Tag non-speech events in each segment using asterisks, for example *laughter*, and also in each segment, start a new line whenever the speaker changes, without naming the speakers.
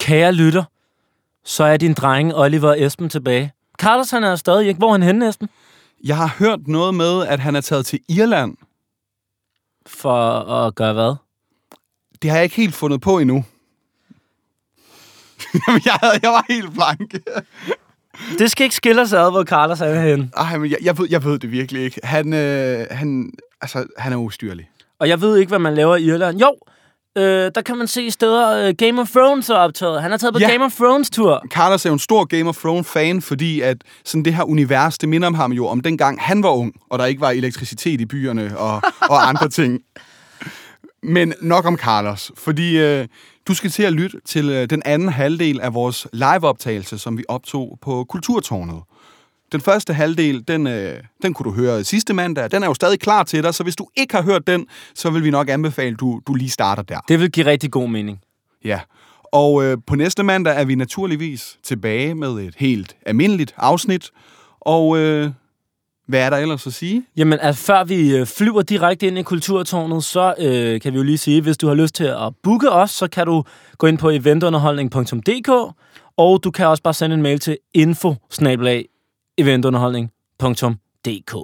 kære lytter, så er din dreng Oliver og Esben tilbage. Carlos, han er stadig ikke. Hvor er han henne, Esben?
Jeg har hørt noget med, at han er taget til Irland.
For at gøre hvad?
Det har jeg ikke helt fundet på endnu. *laughs* Jamen, jeg, havde, jeg var helt blank.
Det skal ikke skille os ad, hvor Carlos er henne.
Ej, men jeg, jeg, ved, jeg ved det virkelig ikke. Han, øh, han, altså, han er ustyrlig.
Og jeg ved ikke, hvad man laver i Irland. Jo, øh, der kan man se steder, øh, Game of Thrones er optaget. Han er taget på
Ja.
Game of Thrones-tur.
Carlos er jo en stor Game of Thrones-fan, fordi at sådan det her univers, det minder om ham jo om dengang han var ung, og der ikke var elektricitet i byerne og, og andre ting. Men nok om Carlos, fordi øh, du skal til at lytte til øh, den anden halvdel af vores liveoptagelse, som vi optog på Kulturtårnet. Den første halvdel, den, øh, den kunne du høre sidste mandag. Den er jo stadig klar til dig, så hvis du ikke har hørt den, så vil vi nok anbefale, at du, du lige starter der.
Det vil give rigtig god mening.
Ja, og øh, på næste mandag er vi naturligvis tilbage med et helt almindeligt afsnit. Og øh, hvad er der ellers at sige?
Jamen, altså, før vi øh, flyver direkte ind i Kulturtårnet, så øh, kan vi jo lige sige, hvis du har lyst til at booke os, så kan du gå ind på eventunderholdning.dk, og du kan også bare sende en mail til info eventunderholdning.dk.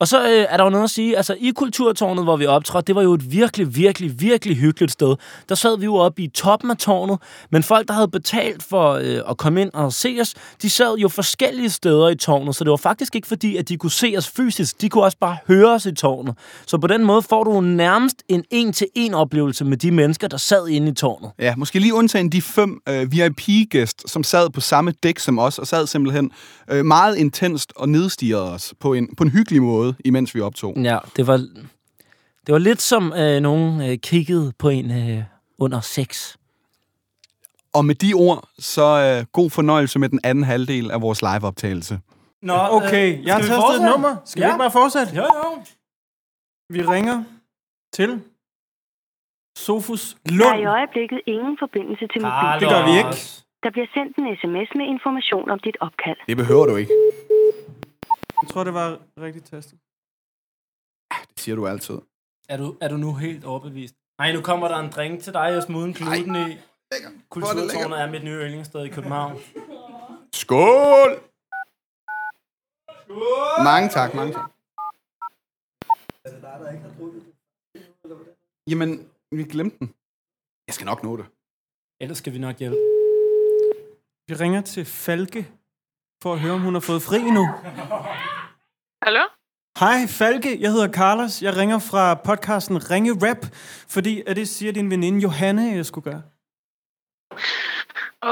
Og så øh, er der jo noget at sige, altså i Kulturtårnet, hvor vi optrådte, det var jo et virkelig, virkelig, virkelig hyggeligt sted. Der sad vi jo oppe i toppen af tårnet, men folk, der havde betalt for øh, at komme ind og se os, de sad jo forskellige steder i tårnet, så det var faktisk ikke fordi, at de kunne se os fysisk, de kunne også bare høre os i tårnet. Så på den måde får du nærmest en en-til-en oplevelse med de mennesker, der sad inde i tårnet.
Ja, måske lige undtagen de fem øh, VIP-gæst, som sad på samme dæk som os, og sad simpelthen øh, meget intenst og nedstigerede os på en, på en hyggelig måde, imens vi optog.
Ja, det var, det var lidt som øh, nogen øh, kiggede på en øh, under sex.
Og med de ord, så øh, god fornøjelse med den anden halvdel af vores liveoptagelse.
Nå, øh, okay, jeg har tastet et nummer. Skal ja. vi ikke bare fortsætte? Jo, jo. Vi ringer til Sofus
Der er
Lund.
i øjeblikket ingen forbindelse til mobilen.
Det gør vi ikke.
Der bliver sendt en sms med information om dit opkald.
Det behøver du ikke.
Jeg tror, det var rigtigt tastet.
Det siger du altid.
Er du, er du nu helt overbevist? Nej, nu kommer der en drink til dig, jeg smuden kluden i. Kulturtårnet er mit nye yndlingssted i København.
Skål! Mange tak, mange tak. Jamen, vi glemte den. Jeg skal nok nå det.
Ellers skal vi nok hjælpe.
Vi ringer til Falke for at høre, om hun har fået fri nu.
Hallo?
Hej Falke, jeg hedder Carlos. Jeg ringer fra podcasten Ringe Rap, fordi at det siger din veninde Johanne, at jeg skulle gøre.
Åh,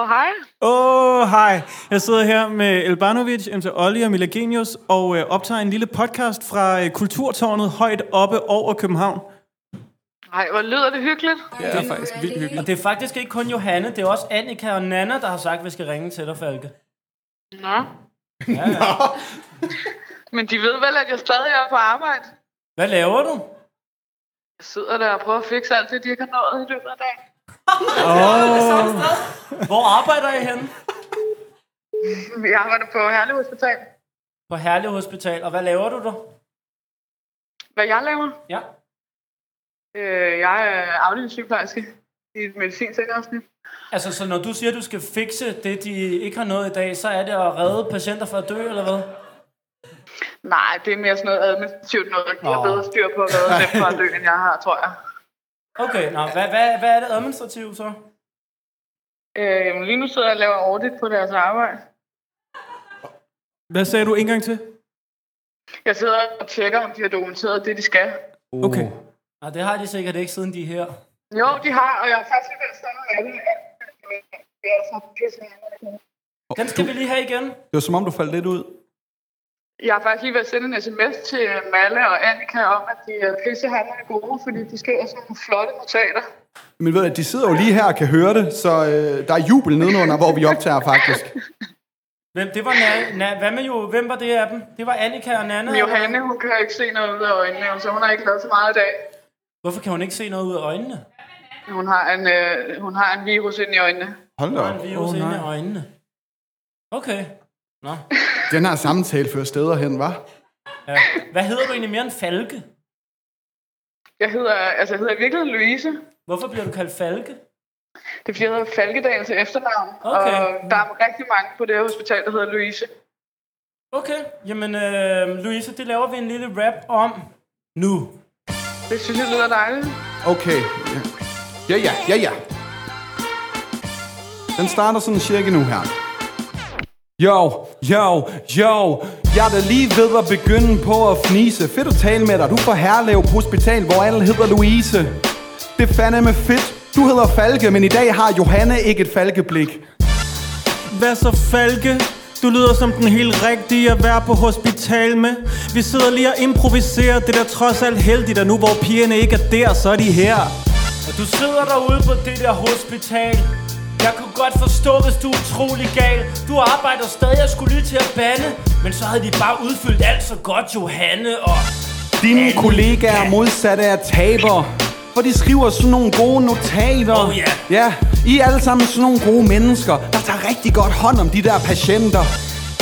oh, hej.
Åh, oh, hej. Jeg sidder her med Elbanovic, MC Olli og Mila Genius, og øh, optager en lille podcast fra øh, Kulturtårnet højt oppe over København.
Ej, hvor lyder det hyggeligt.
Det er faktisk vildt hyggeligt.
Og det er faktisk ikke kun Johanne, det er også Annika og Nana, der har sagt, at vi skal ringe til dig, Falke.
Nå. Men de ved vel, at jeg stadig er på arbejde.
Hvad laver du?
Jeg sidder der og prøver at fikse alt det, de ikke har nået i løbet af dagen.
Hvor arbejder I henne?
Jeg arbejder på Herlev Hospital.
På Herlev Hospital. Og hvad laver du der?
Hvad jeg laver?
Ja.
Øh, jeg er afdelingssygeplejerske i et medicinsikkerhedsnit.
Altså, så når du siger, at du skal fikse det, de ikke har nået i dag, så er det at redde patienter fra at dø, eller hvad?
Nej, det er mere sådan noget administrativt noget, de har
Nå.
bedre styr på at redde dem fra at dø, end jeg har, tror jeg.
Okay, nå, hvad, hvad, hvad er det administrativt så?
Øh, jamen, lige nu sidder jeg og laver audit på deres arbejde.
Hvad sagde du en gang til?
Jeg sidder og tjekker, om de har dokumenteret det, de skal.
Okay.
Nå, det har de sikkert ikke, siden de er her.
Jo, de har, og jeg er faktisk ved at stande af det. Det er så pisse.
Den skal vi lige have igen.
Det var som om, du faldt lidt ud.
Jeg har faktisk lige ved at sende en sms til øh, Malle og Annika om, at de øh, er pissehammerende gode, fordi de skriver sådan nogle flotte notater.
Men ved du, de sidder jo lige her og kan høre det, så øh, der er jubel nedenunder, hvor vi optager faktisk.
Hvem, det var na, na, hvad med jo, hvem var det af dem? Det var Annika og Nana.
Men Johanne, hun kan ikke se noget ud af øjnene, så hun har ikke lavet så meget i dag.
Hvorfor kan hun ikke se noget ud af øjnene?
Hun har en, øh, hun har en virus inde i øjnene.
Hold da
Der er en
op.
virus oh,
Åh,
inde i
nej.
øjnene. Okay. Nå.
Den her samtale fører steder hen, var.
Ja. Hvad hedder du egentlig mere end Falke?
Jeg hedder, altså, jeg hedder virkelig Louise.
Hvorfor bliver du kaldt Falke?
Det er fordi, jeg hedder Falkedal til efternavn.
Okay.
Og der er rigtig mange på det her hospital, der hedder Louise.
Okay, jamen øh, Louise, det laver vi en lille rap om nu.
Det synes jeg lyder dejligt.
Okay. Ja, ja, ja, ja. Den starter sådan cirka nu her. Jo, jo, jo. Jeg er da lige ved at begynde på at fnise. Fedt at tale med dig. Du er fra Herlev på hospital, hvor alle hedder Louise. Det er fandeme fedt. Du hedder Falke, men i dag har Johanne ikke et falkeblik.
Hvad så, Falke? Du lyder som den helt rigtige at være på hospital med. Vi sidder lige og improviserer. Det er da trods alt heldigt, at nu hvor pigerne ikke er der, så er de her.
Og du sidder derude på det der hospital. Jeg kunne godt forstå, hvis du er utrolig gal. Du arbejder stadig og skulle lige til at bande. Men så havde de bare udfyldt alt så godt, Johanne, og...
Dine kollegaer modsatte er taber For de skriver sådan nogle gode notater
Oh, yeah.
Ja, I er alle sammen sådan nogle gode mennesker Der tager rigtig godt hånd om de der patienter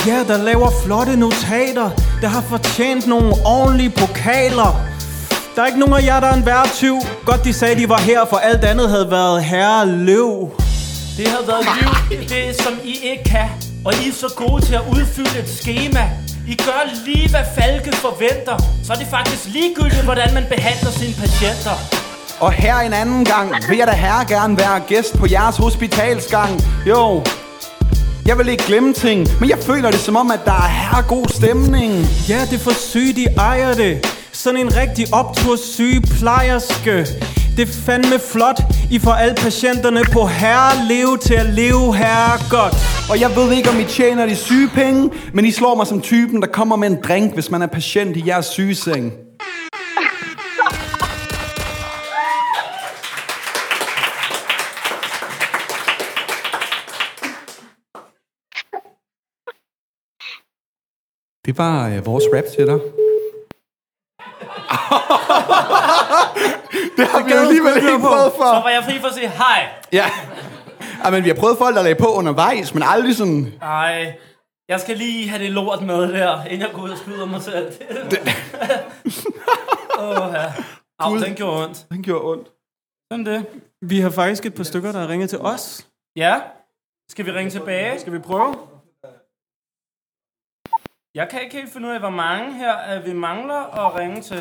Ja, der laver flotte notater, der har fortjent nogle ordentlige pokaler. Der er ikke nogen af jer, der er en værre tyv. Godt, de sagde, de var her, for alt andet havde været herre løv.
Det har været liv, det som I ikke kan. Og I er så gode til at udfylde et schema. I gør lige, hvad Falke forventer. Så er det faktisk ligegyldigt, hvordan man behandler sine patienter.
Og her en anden gang Vil jeg da herre gerne være gæst på jeres hospitalsgang Jo jeg vil ikke glemme ting, men jeg føler det som om, at der er herre god stemning.
Ja, det er for sygt, de ejer det. Sådan en rigtig opturssygeplejerske. Det er fandme flot. I får alle patienterne på herre leve til at leve herre godt.
Og jeg ved ikke, om I tjener de syge penge, men I slår mig som typen, der kommer med en drink, hvis man er patient i jeres sygeseng. Det var øh, vores rap til dig. *laughs* det har vi jo alligevel ikke prøvet
Så
for.
var jeg fri for at sige hej.
Ja. ja, men vi har prøvet folk, der lagde på undervejs, men aldrig sådan...
Nej, jeg skal lige have det lort med der, inden jeg går ud og skyder mig selv. Det... Åh, ja. Au, den gjorde ondt.
Den gjorde ondt.
Sådan det.
Vi har faktisk et par stykker, der har ringet til os.
Ja. Skal vi ringe tilbage?
Skal vi prøve?
Jeg kan ikke helt finde ud af, hvor mange her øh, vi mangler at ringe til.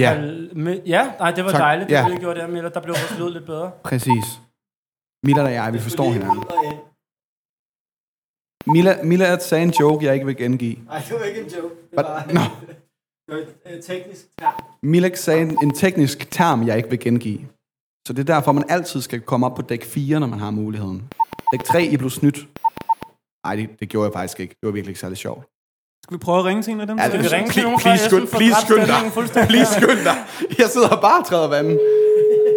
Ja,
Men- Øh, Ja, nej, det var
Tak.
dejligt, det
Ja.
ja. vi gjorde der, Miller. Der blev vores lyd lidt bedre.
præcis. Milla og jeg, vi forstår hinanden. Milla, Milla sagde en joke, jeg ikke vil gengive.
Nej, det var ikke en joke. Det
But,
var,
no.
det var et øh, teknisk term.
Milla sagde en, en teknisk term, jeg ikke vil gengive. Så det er derfor, man altid skal komme op på dæk 4, når man har muligheden. Dæk 3, I blev snydt. Nej, det, det gjorde jeg faktisk ikke. Det var virkelig ikke særlig sjovt.
Skal vi prøve at ringe til en af dem?
Ja,
Skal vi ringe til
Please-
nogen fra
please
Essen
skynd-
for
please
dræbt
skynd dig.
stemningen fuldstændig?
Lige skynd dig. Jeg sidder bare og træder vandet.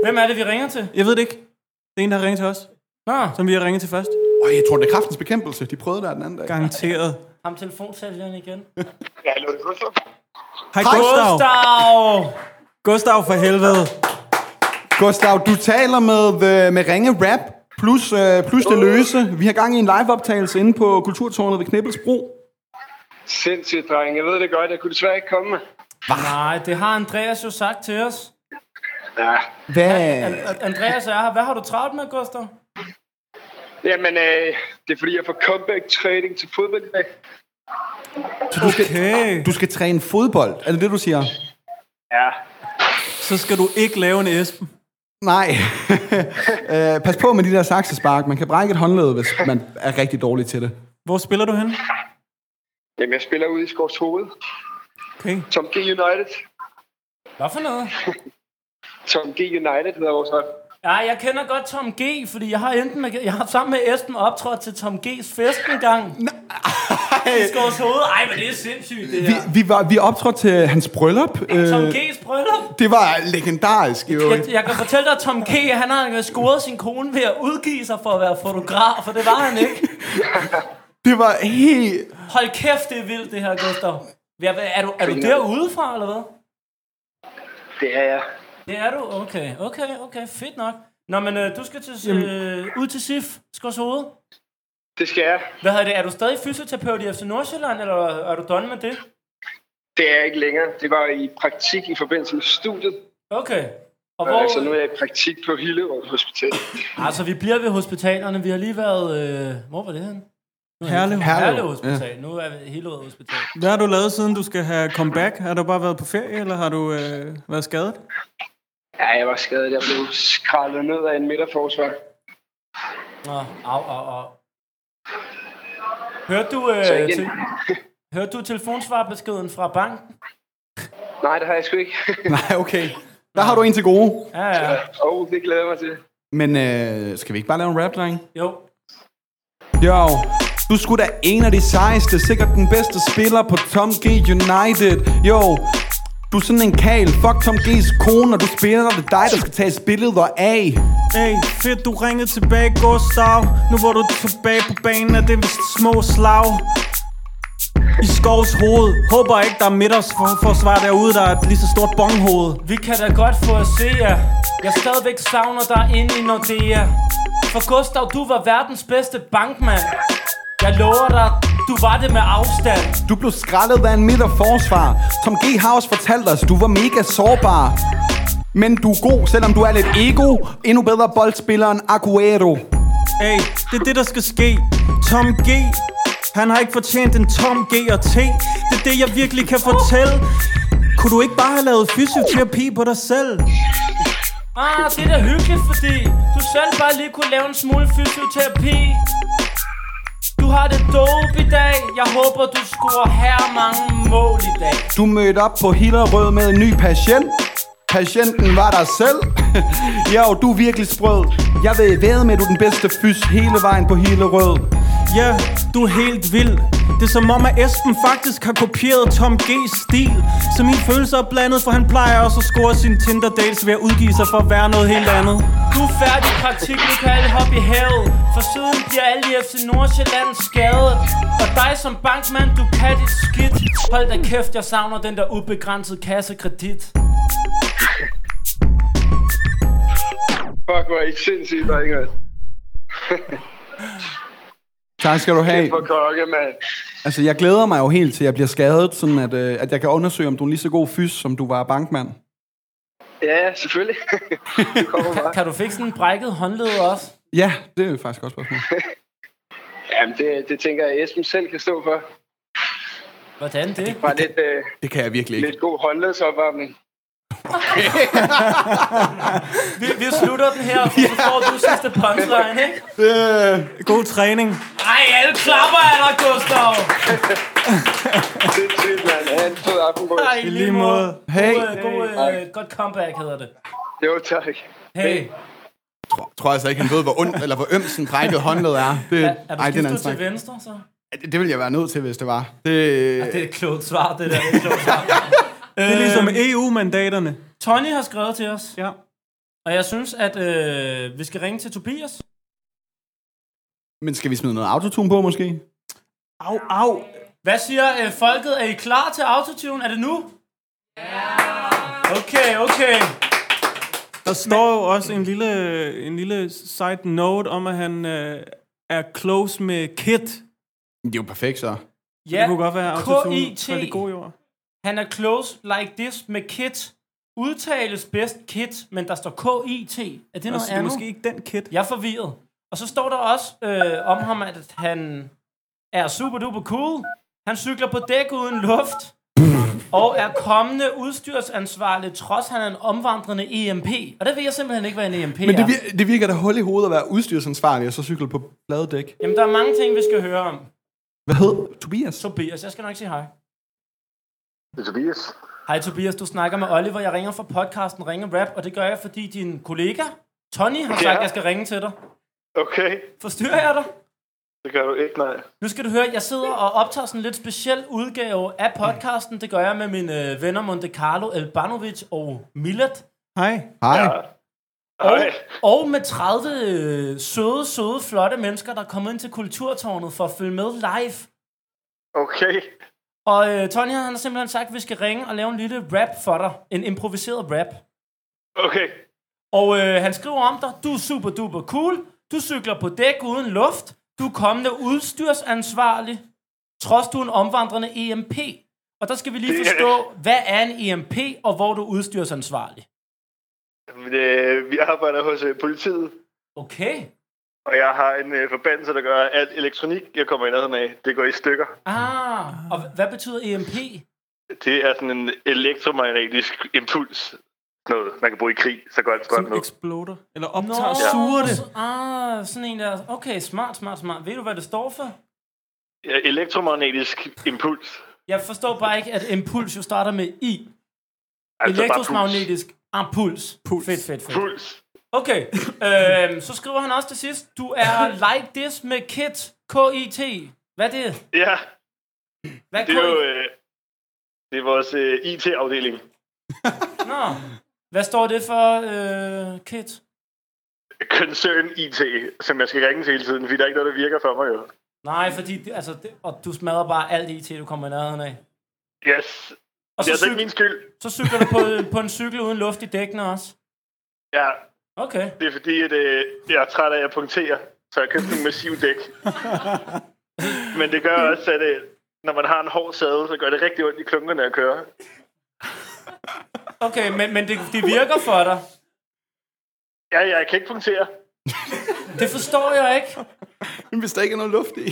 Hvem er det, vi ringer til?
Jeg ved det ikke. Det er en, der har ringet til os,
Nå,
som vi har ringet til først.
Åh, jeg tror, det er kraftens bekæmpelse. De prøvede der den anden dag.
Garanteret.
ham telefonsælgeren igen.
Ja, det er Gustav.
Hej Gustav.
Gustav!
Gustav for helvede.
Gustav, du taler med, øh, med Ringe Rap plus, øh, plus det løse. Vi har gang i en liveoptagelse inde på Kulturtårnet ved Knibbelsbro.
Sindssygt, dreng. Jeg ved det godt. Jeg kunne desværre ikke komme.
Nej, det har Andreas jo sagt til os.
Ja.
Hvad?
An- Andreas er her. Hvad har du travlt med, Gustav?
Jamen, øh, det er fordi, jeg får comeback trading til fodbold i dag.
Du skal,
Okay.
du skal træne fodbold. Er det det, du siger?
Ja.
Så skal du ikke lave en Esben.
Nej. *laughs* øh, pas på med de der saksespark. Man kan brække et håndled, hvis man er rigtig dårlig til det.
Hvor spiller du hen?
Jamen, jeg spiller ude i Skovs Hoved.
Okay.
Tom G United.
Hvad for noget?
Tom G United hedder vores hold.
Ja, jeg kender godt Tom G, fordi jeg har enten med, jeg har sammen med Esben optrådt til Tom G's fest en gang. Nej. I Skovs hoved. Ej, men det er sindssygt, det
Vi,
her.
vi, var, vi optrådte til hans bryllup.
Tom
Øh,
G's bryllup.
det var legendarisk, jo.
Jeg, jeg kan fortælle dig, at Tom G, han har scoret sin kone ved at udgive sig for at være fotograf, for det var han ikke.
Det var helt...
Hold kæft, det er vildt, det her, Gustav. Er, er, du, er du derude fra, eller hvad?
Det er jeg.
Det er du? Okay, okay, okay. Fedt nok. Nå, men øh, du skal til, øh, ud til SIF, Skovs hoved.
Det skal jeg.
Hvad hedder det? Er du stadig fysioterapeut i FC Nordsjælland, eller er du done med det?
Det er jeg ikke længere. Det var i praktik i forbindelse med studiet.
Okay. Og
Hvor... Så nu
hvor,
er jeg i praktik på Hillerød Hospital.
altså, vi bliver ved hospitalerne. Vi har lige været... Øh, hvor var det henne?
Herlev.
Herlev Hospital. Ja. Nu er vi Hillerød Hospital.
Hvad har du lavet, siden du skal have comeback? Har du bare været på ferie, eller har du øh, været skadet?
Ja, jeg var skadet. Jeg blev skrællet ned af en midterforsvar.
Nå, au, au, au. Hørte du, øh,
Så igen.
til, hørte du telefonsvarbeskeden fra banken?
Nej, det har jeg sgu ikke. *laughs*
Nej, okay. Der har du en til gode.
Ja, ja.
Åh, oh, det glæder jeg mig til.
Men øh, skal vi ikke bare lave en rap, dreng?
Jo.
Jo, du skulle da en af de sejeste, sikkert den bedste spiller på Tom G United. Jo, du er sådan en kal, fuck Tom G's kone, og du spiller, og det er dig, der skal tage billeder af.
Hey, fedt, du ringede tilbage, Gustav. Nu hvor du er tilbage på banen, er det vist små slag. I skovs hoved. Håber ikke, der er middagsforsvar derude, der er et lige så stort bonghoved.
Vi kan da godt få at se jer. Jeg stadigvæk savner dig inde i Nordea. For Gustav, du var verdens bedste bankmand. Jeg lover dig, du var det med afstand.
Du blev skrællet af en midterforsvar. Tom G. har også fortalt os, du var mega sårbar. Men du er god, selvom du er lidt ego. Endnu bedre boldspiller end Aguero.
Hey, det er det, der skal ske. Tom G. Han har ikke fortjent en tom G og T. Det er det, jeg virkelig kan fortælle. Kunne du ikke bare have lavet fysioterapi på dig selv?
Ah, det er da hyggeligt, fordi du selv bare lige kunne lave en smule fysioterapi. Du har det dope i dag. Jeg håber, du scorer her mange mål i dag.
Du mødte op på Hillerød med en ny patient. Patienten var dig selv. *laughs* jo, du er virkelig sprød. Jeg vil væde med, at du er den bedste fys hele vejen på Hillerød.
Ja, du er helt vild. Det er som om, at Esben faktisk har kopieret Tom G's stil. Så mine følelser er blandet, for han plejer også at score sine Tinder dates ved at udgive sig for at være noget helt andet.
Du er færdig i praktik, nu kan alle hoppe i havet For siden bliver alle i FC Nordsjælland skadet Og dig som bankmand, du kan dit skidt Hold da kæft, jeg savner den der ubegrænsede kassekredit
Fuck, hvor er I sindssygt, drenge.
Tak skal du have.
For kokke, mand.
Altså, jeg glæder mig jo helt til, at jeg bliver skadet, sådan at, øh, at jeg kan undersøge, om du er lige så god fys, som du var bankmand.
Ja, selvfølgelig. *laughs* du kommer bare.
Kan du fikse sådan en brækket håndled også?
Ja, det er jo faktisk også spørgsmål.
Jamen, det, det tænker jeg, Esben selv kan stå for.
Hvordan det?
Bare lidt, øh,
*laughs* Det kan jeg virkelig ikke.
lidt god håndledsopvarmning.
Vi, vi slutter den her, for så får du sidste punchline, ikke?
God træning.
Ej, alle klapper af dig, Gustav!
Sindssygt, mand. Ha' en fed aften, boys.
Ej, i lige måde.
Hey.
God, øh, god, øh, godt comeback hedder det.
Jo, tak.
Hey,
Jeg tror altså ikke, han ved, hvor ondt eller hvor øm sådan brækket håndled
*laughs*
er. Det,
er, er du
det,
skiftet til venstre, så?
det, det ville jeg være nødt til, hvis det var. Det,
Det er et klogt svar, det der. Det er et klogt svar.
Det er ligesom EU-mandaterne.
Tony har skrevet til os.
Ja.
Og jeg synes, at øh, vi skal ringe til Tobias.
Men skal vi smide noget autotune på, måske?
Au, au.
Hvad siger øh, folket? Er I klar til autotune? Er det nu? Ja! Okay, okay.
Der står jo også en lille, en lille side note om, at han øh, er close med Kit.
Det er jo perfekt, så.
Ja,
Det kunne godt være autotune
K.I.T..
for det gode jord.
Han er close like this med kit. Udtales bedst kit, men der står K-I-T. Er det noget
Det er
andet?
måske ikke den Kit.
Jeg er forvirret. Og så står der også øh, om ham, at han er super duper cool. Han cykler på dæk uden
*laughs*
luft. Og er kommende udstyrsansvarlig, trods han er en omvandrende EMP. Og det ved jeg simpelthen ikke, hvad en EMP
Men
er.
det, vir- det virker da hul i hovedet at være udstyrsansvarlig og så cykle på flade dæk.
Jamen, der er mange ting, vi skal høre om.
Hvad hed Tobias?
Tobias, jeg skal nok sige hej.
Det er Tobias.
Hej Tobias, du snakker med Oliver. Jeg ringer fra podcasten Ringer Rap, og det gør jeg, fordi din kollega, Tony, har sagt,
Ja.
at jeg skal ringe til dig.
Okay,
Forstyrrer jeg dig?
det gør du ikke, nej.
Nu skal du høre, jeg sidder og optager sådan en lidt speciel udgave af podcasten. Det gør jeg med mine øh, venner Monte Carlo, Elbanovic og Millet.
Hej.
Hej.
Og,
Hej.
og med 30 øh, søde, søde, flotte mennesker, der er kommet ind til Kulturtårnet for at følge med live.
Okay.
Og øh, Tony han har simpelthen sagt, at vi skal ringe og lave en lille rap for dig. En improviseret rap.
Okay.
Og øh, han skriver om dig, du er super duper cool, du cykler på dæk uden luft, du er kommende udstyrsansvarlig, trods du er en omvandrende EMP. Og der skal vi lige
Det er
E forstå, hvad er en EMP, og hvor er du udstyrsansvarlig?
Jamen, øh, vi arbejder hos øh, politiet,
Okay.
og jeg har en øh, forbandelse, der gør, at alt elektronik, jeg kommer i nærheden af, det går i stykker.
Ah, og h- hvad betyder EMP?
Det er sådan en elektromagnetisk impuls. Noget, man kan bruge i krig, så godt strøm
Som
nu.
exploder. Eller optager no. sure det.
så- Ah, sådan en der. Okay, smart, smart, smart. Ved du, hvad det står for?
Ja, Elektromagnetisk impuls.
Jeg forstår bare ikke, at impuls jo starter med I.
Altså bare puls.
Elektromagnetisk. Ah, puls. puls. Fedt, fedt, fedt.
Puls.
Okay, øhm, så skriver han også til sidst, du er like this med kit, K-I-T. Hvad er det?
Ja,
Hvad er
det er jo
K-I-T?
øh, det er vores øh, IT-afdeling.
Nå. Hvad står det for, øh, kit?
Concern IT, som jeg skal ringe til hele tiden, fordi der er ikke noget, der virker for mig jo.
Nej, fordi det, altså, det, og du smadrer bare alt IT, du kommer i nærheden af.
Yes.
Og
Det er
så,
altså ikke
cyk,
min skyld.
så cykler du på, på en cykel uden luft i dækkene også.
Ja,
Okay.
det er fordi, at øh, jeg er træt af at punktere, så jeg købte en massiv dæk. Men det gør også, at øh, når man har en hård sadel, så gør det rigtig ondt i klunkerne at køre.
Okay, men, men det, det virker for dig.
Ja, ja, jeg kan ikke punktere.
Det forstår jeg ikke.
Men hvis der ikke er noget luft i.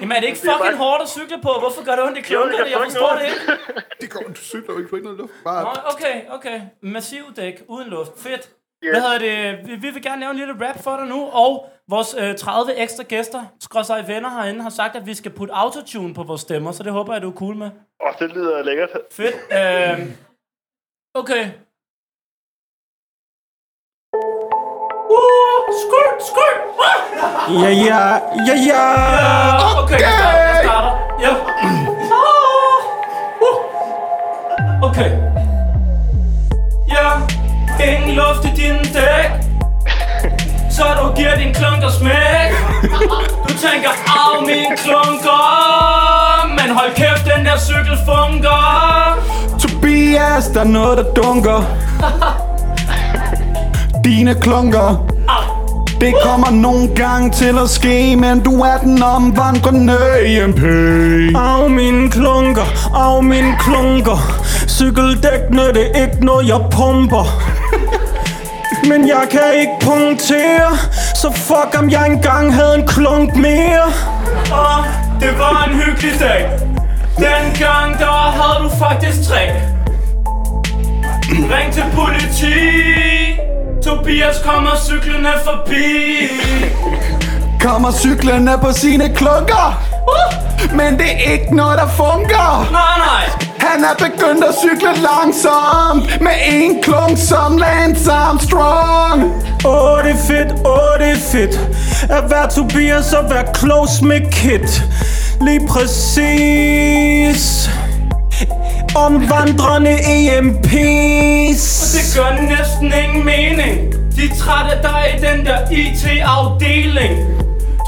Jamen er det ikke
er
fucking
bare-
hårdt at cykle på? Hvorfor gør det ondt i klunkerne? Jeg
fucking
forstår
ondt.
det ikke.
Det går, du cykler jo ikke, du har ikke noget luft. Bare...
Nå, okay, okay. Massiv dæk, uden luft. Fedt.
Yes.
Hvad hedder det? Vi- Vi vil gerne lave en lille rap for dig nu, og vores øh, 30 ekstra gæster, skråsej venner herinde, har sagt, at vi skal putte autotune på vores stemmer, så det håber jeg, du er cool med.
Åh, oh, det lyder lækkert.
Fedt. Øhm, okay. Uh, skyld, skyld! Uh!
Ja, ja, ja, ja.
Okay, okay. Jeg, starter, jeg starter. Ja. Ah. Uh. Okay. Ja, ingen luft i din dæk. Så du giver din klunker smæk. Du tænker, af min klunker. Men hold kæft, den der cykel funker.
Tobias, der er noget, der dunker.
Dine klunker.
Det kommer nogle gange til at ske, men du er den omvandrende EMP. Af mine klunker, af mine klunker. Cykeldækkene, det er ikke noget, jeg pumper. Men jeg kan ikke punktere, så fuck om jeg engang havde en klunk mere.
Og det var en hyggelig dag. Dengang, der havde du faktisk tre. Ring til politi. Tobias kommer cyklerne forbi.
Kommer cyklerne på sine klunker. Men det er ikke noget, der funker.
Nej, nej.
Han er begyndt at cykle langsomt. Med en klunk som Lance Armstrong.
Åh, det er fedt, åh, det er fedt At være Tobias og være close med Kit Lige præcis Omvandrende EMP's
Det gør næsten ingen mening. De er trætte af dig i den der IT-afdeling.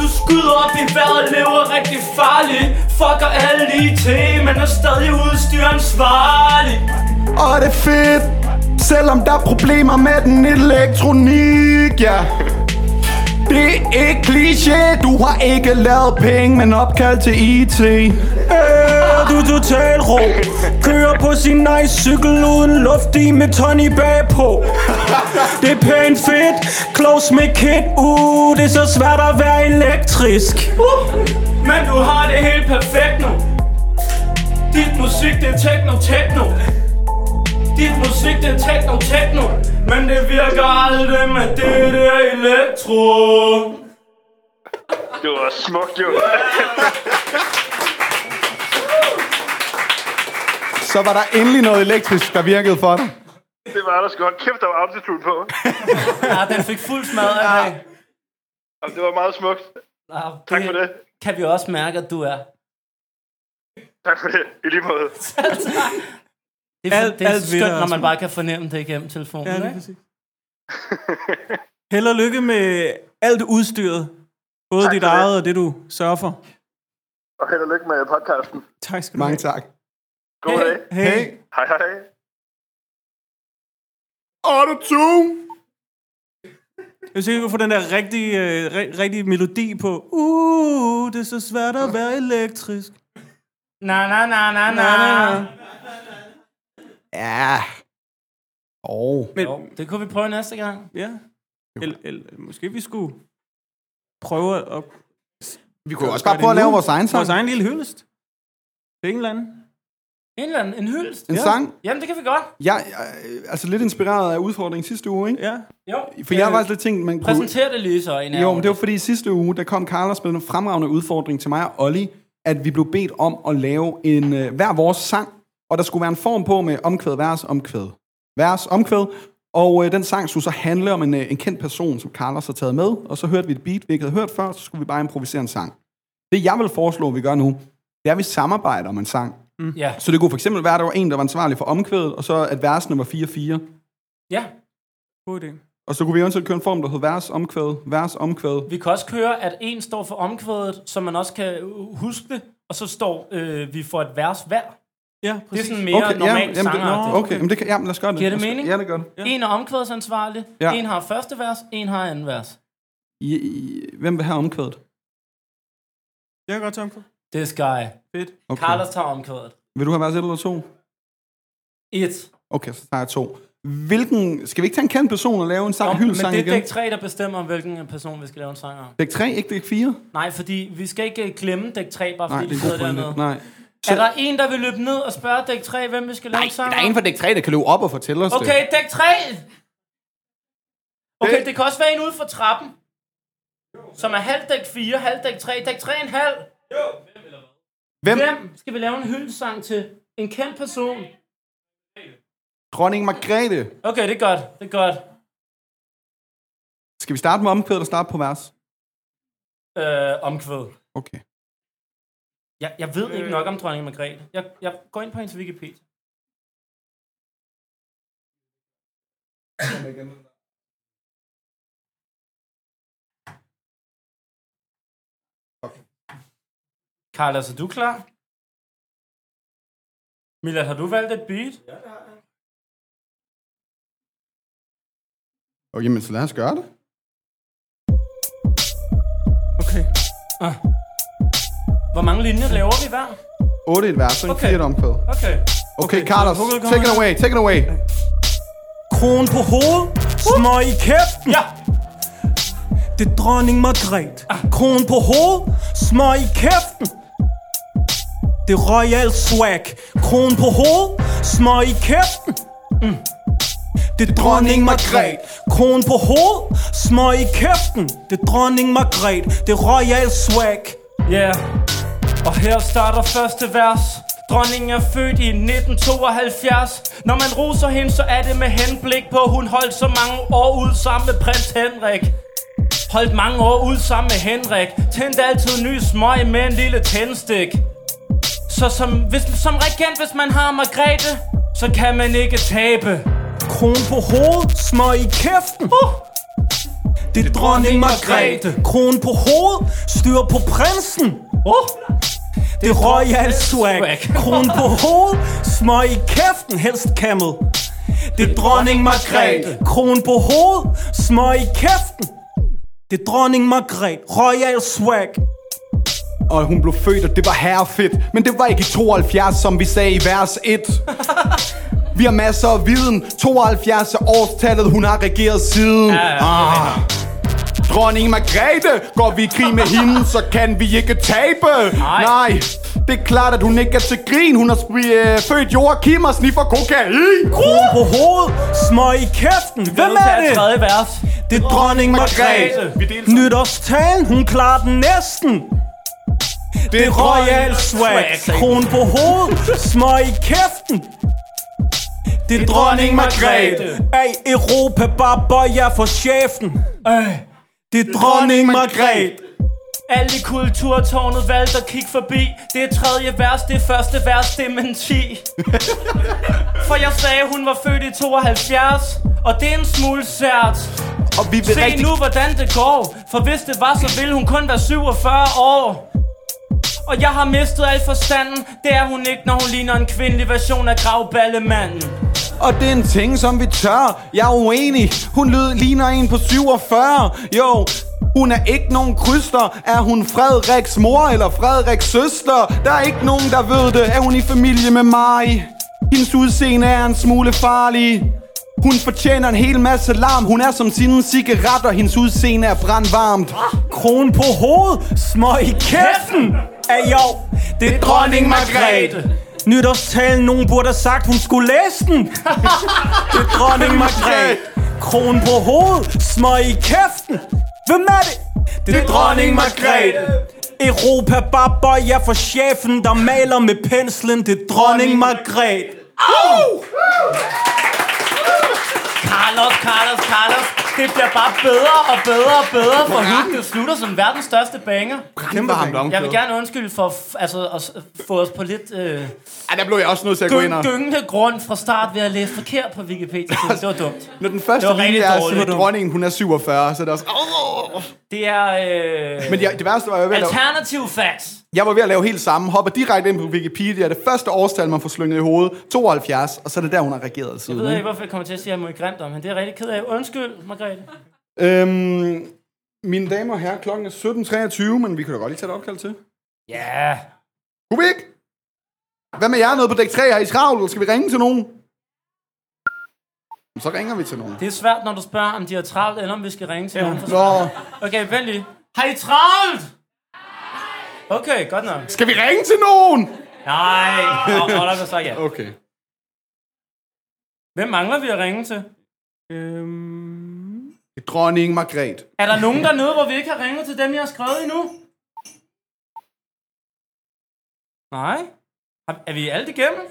Du skyder op i vejret, lever rigtig farligt. Fucker alle IT, men er stadig udstyransvarlig.
Og det er fedt. Selvom der er problemer med den elektronik, ja. Det er ikke kliché. Du har ikke lavet penge, men opkald til IT.
Øh, du er total rå Kører på sin nice cykel uden luft i med Tony bagpå Det er pænt fedt, close med Kit Uh, det er så svært at være elektrisk
Men du har det helt perfekt nu. Dit musik, det er techno, techno. Dit musik, det er techno, techno. Men det virker aldrig med det der elektro.
Det var smukt jo.
Så var der endelig noget elektrisk, der virkede for dig.
Det var der sgu. Hold kæft, der var altitude på.
Ja, den fik fuld smadret af. Ja.
Jamen, det var meget smukt.
Ah,
Tak for det.
kan vi også mærke, at du er.
Tak for det. I lige måde.
Det er,
Alt-
alt, det er
alt ved
skønt,
dig,
når
Rasmus.
man bare kan fornemme det igennem telefonen. Ja, ikke?
Held og lykke med alt udstyret. Både
Tak
dit
for det.
eget og det, du sørger for.
Og held og lykke med podcasten.
Tak skal du
Mange tak.
God dag.
have. Hey.
Hej hej.
Autotune!
Jeg synes, vi kunne få den der rigtige, øh, ri- rigtige melodi på. Uh, det er så svært at være elektrisk.
Ah.
Na, na, na, na, na.
Na, na, na.
Ja. Oh.
Men,
Jo, det kunne vi prøve næste gang.
ja. El, el, måske vi skulle prøve at... at
Vi kunne også
gøre
bare
det
prøve at
nu.
lave vores egen sang.
Vores egen lille hyldest. Det er en eller anden.
En eller anden, en hyldest.
En sang?
Jamen, det kan vi godt.
Jeg, jeg, altså lidt inspireret af udfordringen sidste uge, ikke?
Ja.
Jo.
For jeg har faktisk lidt tænkt, man kunne...
Præsenter det lige så, en af
Jo,
jer.
men det var fordi sidste uge, der kom Carlos med en fremragende udfordring til mig og Olli, at vi blev bedt om at lave en øh, hver vores sang, og der skulle være en form på med omkvæd, vers, omkvæd, vers, omkvæd, og øh, den sang skulle så handle om en, øh, en kendt person, som Carlos har taget med, og så hørte vi et beat, vi ikke havde hørt før, og så skulle vi bare improvisere en sang. Det jeg vil foreslå, vi gør nu, det er, at vi samarbejder om en sang.
Ja,
Så det kunne for eksempel være, at der var en, der var ansvarlig for omkvædet, og så at versene var 4-4.
ja.
God idé.
Og så kunne vi eventuelt køre en form, der hed vers, omkvæd, vers, omkvæd.
Vi kan også køre, at en står for omkvædet, så man også kan øh, huske det, og så står, øh, vi får et vers hver.
Ja,
Det er
præcis.
sådan mere okay, normalt
jamen, det,
sangeragtigt.
nå, okay, jamen, det kan, jamen, lad os gøre det.
Giver det
Lad os-
mening?
Ja, det gør det.
Ja. En er omkvædsansvarlig,
Ja.
ja. en har første vers, en har anden vers.
I, I, hvem vil have omkvædet?
Jeg kan godt tænke på.
Det skal jeg.
Fedt.
Okay.
Carlos tager omkvædet.
Vil du have vers et eller to?
Et.
Okay, så tager jeg to. Hvilken, skal vi ikke tage en kendt person og lave en sang,
Nå,
Nå,
men det
hyldesang
er
igen?
dæk 3, der bestemmer, hvilken person vi skal lave en sang om.
Dæk 3, ikke dæk 4?
Nej, fordi vi skal ikke øh, glemme dæk 3, bare
Nej,
fordi
det
vi
er en god
sidder
pointe.
dernede.
Nej.
Er der en, der vil løbe ned og spørge dæk 3, hvem vi skal lave en sang om?
for dæk 3, der kan løbe op og fortælle os
Okay, dæk 3! Okay,
Det-
det kan også være en ude for trappen. Som er halv dæk 4, halv dæk 3, dæk 3 en halv.
Hvem?
Hvem skal vi lave en hyldesang til? En kendt person.
Dronning Margrethe.
Okay, det er godt, det er godt.
Skal vi starte med omkvædet og starte på vers?
Øh, omkvæd.
Okay.
Jeg, jeg ved ikke nok om dronning Margrethe. Jeg, jeg går ind på hendes Wikipedia. Carlos, er altså, du klar? Milad, har du valgt et beat? Ja.
Okay, men så lad os gøre det.
Okay.
Hvor mange linjer laver vi hver?
8 et vers, og en
Okay.
4 et omkvæd. Okay,
Okay.
okay Carlos,
så kommer
take it
her.
away, take it away.
Kron på hovedet, smøg i kæften.
Ja!
Det er dronning Margrethe. Kron på hovedet, smøg i kæften. Det er royal swag. Kron på hovedet, smøg i kæften. Mm. Det er dronning Margrethe. Kron på hovedet, smøg i kæften. Det er dronning Margrethe. Det er royal swag.
Ja, yeah. og her starter første vers Dronningen er født i 1972 Når man roser hende, så er det med henblik på at Hun holdt så mange år ud sammen med prins Henrik Holdt mange år ud sammen med Henrik Tændte altid ny smøg med en lille tændstik Så som, hvis, som regent, hvis man har Margrethe Så kan man ikke tabe
Kron på hovedet, smøg i kæften.
uh!
Det er dronning Margrethe. Kron på hovedet, styr på prinsen.
Uh!
Det er royal swag. *laughs* Kron på hovedet, smøg i kæften, helst camel. Det er dronning Margrethe. Kron på hovedet, smøg i kæften. Det er dronning Margrethe. Royal swag.
Og hun blev født, og det var herrefedt. Men det var ikke i 72, som vi sagde i vers
*laughs*
1. Vi har masser af viden. 72 er årstallet, hun har regeret siden. ah. Dronning Margrethe, går vi i krig med hende, så kan vi ikke tabe.
Nej.
Nej. Det er klart, at hun ikke er til grin. Hun har sp- øh, født Joachim og sniffer kokain.
Kron på hovedet, smøg i kæften. Hvem er det?
Tredje vers
Det er dronning Margrethe. Nytårstalen, hun klarer den næsten. Det er royal swag. Kron på hovedet, smøg i kæften. Det er dronning Margrethe. Af Europa bare bøjer for chefen.
Øh.
Det er dronning Margrethe.
Alle i kulturtårnet valgte at kigge forbi Det er tredje vers, det er første vers, det er menti For jeg sagde, hun var født i 72 Og det er en smule sært
Og vi vil
Se
rigtig...
nu, hvordan det går For hvis det var, så ville hun kun være 47 år og jeg har mistet al forstanden Det er hun ikke, når hun ligner en kvindelig version af gravballemanden
Og det er en ting, som vi tør. Jeg er uenig. Hun lød, ligner en på 47. Jo, hun er ikke nogen kryster. Er hun Frederiks mor eller Frederiks søster? Der er ikke nogen, der ved det. Er hun i familie med mig? Hendes udseende er en smule farlig. Hun fortjener en hel masse larm. Hun er som sine cigaretter. Hendes udseende er brandvarmt.
Kron på hovedet, små i kæften Af jo, det er dronning Margrethe Nytårstalen, nogen burde have sagt, hun skulle læse den Det er dronning Margrethe Kron på hovedet, små i kæften Hvem er det? Det er dronning Margrethe Europa bare bøjer for chefen, der maler med penslen Det er dronning Margrethe
Carlos, Carlos, Carlos. Det bliver bare bedre og bedre og bedre for hyggen. Det slutter som verdens største banger.
Brandvarmt omklæde.
Jeg vil gerne undskylde for f- altså, at s- få os på lidt øh,
Ej, der blev jeg også nødt til at gå ind og...
gyng- gyngende grund fra start ved at læse forkert på Wikipedia. Det var dumt.
Når den første
Det var rigtig
linje er,
dårligt.
at dronningen hun er 47, så er det også...
Det er øh,
Men jeg, det værste var, jeg var ved at lave,
alternativ facts.
jeg var ved at lave helt samme. Hopper direkte ind på Wikipedia. Det første årstal, man får slynget i hovedet. 72. Og så er det der, hun har regeret
Jeg ved
siden.
ikke, hvorfor jeg kommer til at sige, at jeg må grimt om, men det er jeg rigtig ked af. Undskyld, Margrethe.
ikke? Øhm, mine damer og herrer, klokken er 17.23, men vi kan da godt lige tage et opkald til.
Ja.
Kunne vi ikke? Hvad med jer nede på dæk 3? Har I travlt? Eller Skal vi ringe til nogen? Så ringer vi til nogen.
Det er svært, når du spørger, om de har travlt, eller om vi skal ringe til ja. nogen. for-
Nå,
Okay, vent lige. Har I travlt? Okay, godt nok.
skal vi ringe til nogen?
Nej, Nå, hold op, jeg sagde ja.
Okay.
Hvem mangler vi at ringe til? Øhm...
Dronning Margrethe.
Er der nogen dernede, hvor vi ikke har ringet til dem, jeg har skrevet endnu? Nej. Har- Er vi alt igennem?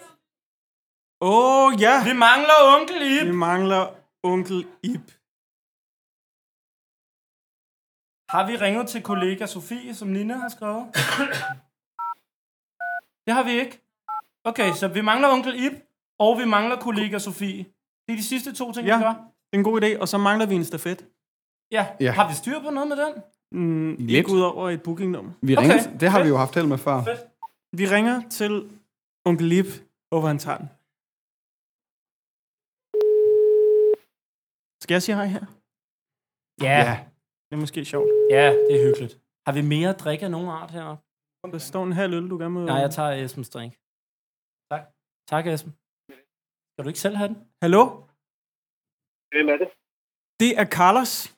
Åh oh, ja,
Vi mangler onkel
vi
Ip.
mangler onkel Ip
Har vi ringet til kollega Sofie, som Nina har skrevet? Det har vi ikke. Okay, så vi mangler onkel Ip, og vi mangler kollega Sofie. Det er de sidste to ting,
Ja.
vi gør.
Det er en god idé, og så mangler vi en stafet
Ja.
Ja.
ja. Har vi styr på noget med den?
Mm,
Lidt.
ikke ud over et bookingnummer.
Vi
Okay.
ringer, det har vi jo haft held med før.
Vi ringer til onkel Lip, og han tager den. Skal jeg sige hej her?
Ja.
Det er måske sjovt.
ja, det er hyggeligt. Har vi mere drik af nogen art heroppe?
Der står en halv øl, du gerne må...
Nej, jeg tager Esbens drink. Tak. Tak, Esben. Skal du ikke selv have den?
Hallo?
Hvem er det?
Det er Carlos.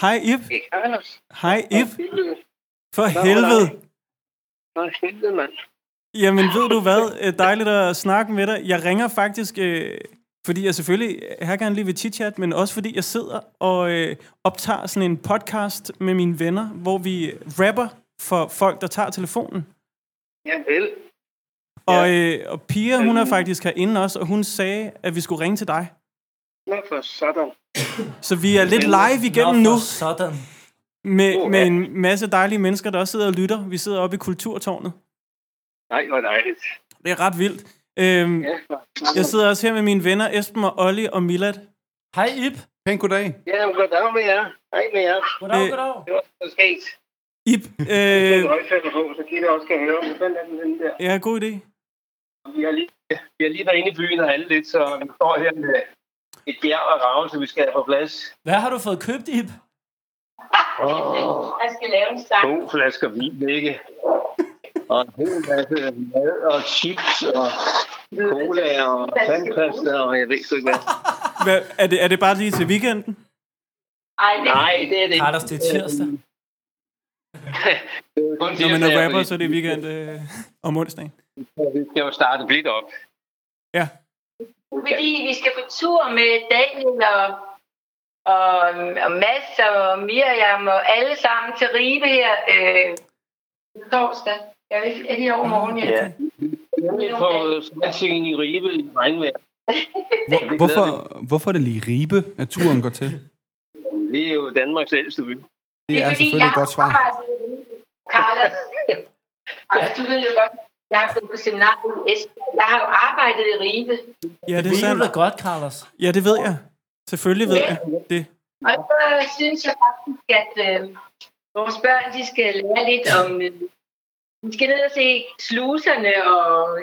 Hej, Ip.
Ikke Anders.
Hej, Ip. For
Hvad
helvede.
var Nå, helvede, mand.
Jamen, ved du hvad? Øh, Dejligt at snakke med dig. Jeg ringer faktisk, øh, fordi jeg selvfølgelig her gerne lige vil chitchat, men også fordi jeg sidder og øh, optager sådan en podcast med mine venner, hvor vi rapper for folk, der tager telefonen.
Ja, vel.
Og, øh, og Pia, hun er faktisk herinde også, og hun sagde, at vi skulle ringe til dig.
Nå, for sådan.
Så vi er lidt live
Nå,
igennem
for
nu
sådan.
med, med en masse dejlige mennesker, der også sidder og lytter. Vi sidder oppe i Kulturtårnet.
Nej, hvor dejligt.
Det er ret vildt. Øhm,
Ja, for sådan.
jeg sidder også her med mine venner Esben og Olli og Milad.
Hej, Ip.
Pæn goddag.
Ja, men goddag med jer. Hej med jer.
Goddag,
Øh,
goddag.
Det var så sket.
Ip,
Jeg
øh,
har højtaler på, så Gitte også kan høre. Men sådan er den, den der.
Ja, god idé.
Vi har lige, vi har lige været inde i byen og handlet lidt, så vi står her med et bjerg og rave, så vi skal have på plads.
Hvad har du fået købt, Ip?
Jeg skal lave en sang.
To flasker vin, ikke? Og en hel masse mad og chips og cola og tandpasta og jeg ved sgu ikke hvad.
Hvad, er, det, er det bare lige til weekenden?
Ej, det
Nej, det er det ikke.
Carlos, det er tirsdag.
Det er kun
Når man
tirsdag,
er rapper,
fordi
så er det weekend øh, om onsdagen.
Vi skal jo starte blidt op.
Ja.
er fordi, vi skal på tur med Daniel og, og, og Mads og Miriam og alle sammen til Ribe her øh, torsdag. Jeg er lige- er lige over morgen, ja.
Ja. Vi er på smatsingen i Ribe i regnvejr.
Hvor, hvorfor, hvorfor er det lige Ribe, at turen går til?
Det er jo Danmarks ældste by.
Det er selvfølgelig et godt svar.
Carla, altså, du ved jo godt, jeg har gået på seminar i Esbjerg. Jeg har jo arbejdet i Ribe.
Ja, det
Det
er
er
sandt.
da godt, Carlos.
Ja, det ved jeg. Selvfølgelig ved jeg det.
Og så synes jeg faktisk, at øh, vores børn de skal lære lidt om... Øh, de skal ned og se sluserne og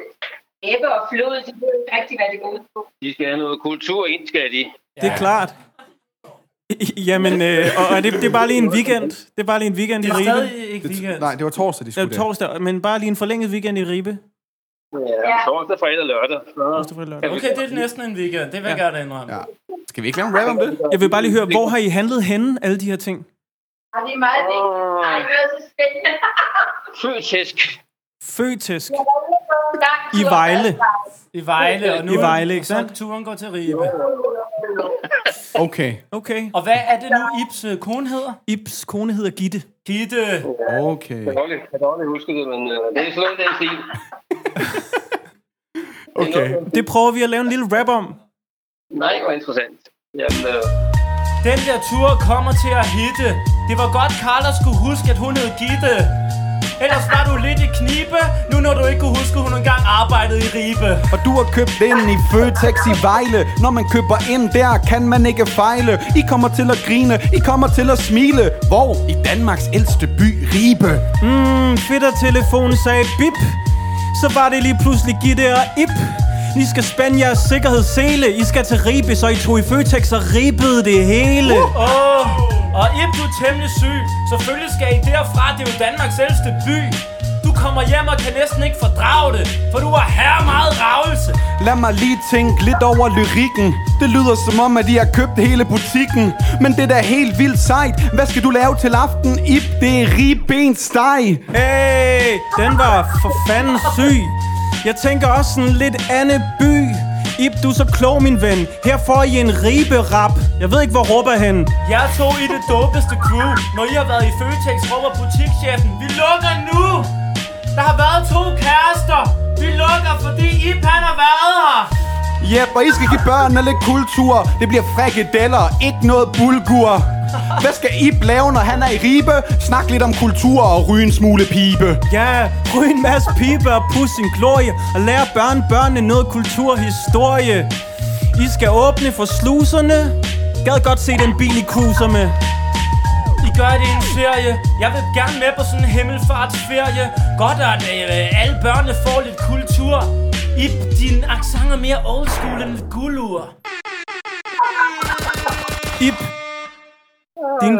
æbbe og flod. De ved ikke rigtig, hvad det går ud på.
De skal have noget kultur ind, skal de.
Det er klart. Jamen, øh, og, og det, det er bare lige en weekend. Det er bare lige en weekend
Det
i
er
Ribe.
stadig ikke weekend.
Nej, det var torsdag, de
Ja,
skulle det.
torsdag, men bare lige en forlænget weekend i Ribe.
Ja, torsdag, fredag, lørdag. Så
Torsdag, fredag, lørdag.
Okay, det er næsten en weekend. Det vil jeg gerne indrømme.
Ja.
Skal vi ikke lave en rap om det?
Jeg vil bare lige høre, hvor har I handlet henne, alle de her ting?
Og det er meget vigtigt. Ej, det er så spændende.
*laughs* Fysisk.
Føtisk
Jeg var ude på en lang tur.
i Vejle.
I Vejle, og nu
I Vejle, ikke sandt?
så turen går til Ribe.
Okay,
Okay.
Og hvad er det nu, Ibs øh, kone hedder?
Ibs kone hedder Gitte.
Gitte.
okay.
Jeg kan dårligt, jeg kan dårligt huske det, men øh, det er sådan noget, det er fint.
Okay.
Det prøver vi at lave en lille rap om.
Nej, hvor interessant. Jamen, øh,
Den der tur kommer til at hitte. Det var godt, Carla skulle huske, at hun hed Gitte. Ellers var du lidt i knibe, nu når du ikke kunne huske, at hun engang arbejdede i Ribe.
Og du har købt ind i Føtex i Vejle Når man køber ind der, kan man ikke fejle I kommer til at grine, I kommer til at smile Hvor? I Danmarks ældste by, Ribe
Mm, fættertelefonen sagde bip. Så var det lige pludselig Gitte og Ip. I skal spænde jeres sikkerhedssele. I skal til Ribe, så I tog i Føtex og ribede det hele.
Åh, og Ip, du er temmelig syg. Selvfølgelig skal I derfra, det er jo Danmarks ældste by. Du kommer hjem og kan næsten ikke fordrage det, for du har herre meget ravelse.
Lad mig lige tænke lidt over lyrikken Det lyder som om, at de har købt hele butikken Men det er da helt vildt sejt Hvad skal du lave til aften, Ip? Det er ribbensteg
Hey, den var for fanden syg. Jeg tænker også en lidt anden by. Ip, du er så klog, min ven. Her får I en ribe rap. Jeg ved ikke, hvor råber hen.
Jeg tog i det dopeste crew. Når I har været i Føtex, råber butikschefen, vi lukker nu! Der har været to kærester. Vi lukker, fordi Ip han har været her.
Yep, og I skal give børnene lidt kultur Det bliver frikadeller, ikke noget bulgur Hvad skal Ip lave, når han er i Ribe? Snak lidt om kultur og ryge en smule pibe
Ja, ryg en masse pibe og pus sin glorie Og lære børn børnene noget kulturhistorie I skal åbne for sluserne Gad godt se den bil i kruserne
I gør det i en serie. Jeg vil gerne med på sådan en himmelfartsferie. Godt, at øh, alle børnene får lidt kultur. Ip, din accent er mere old school end et guldur.
Ip Din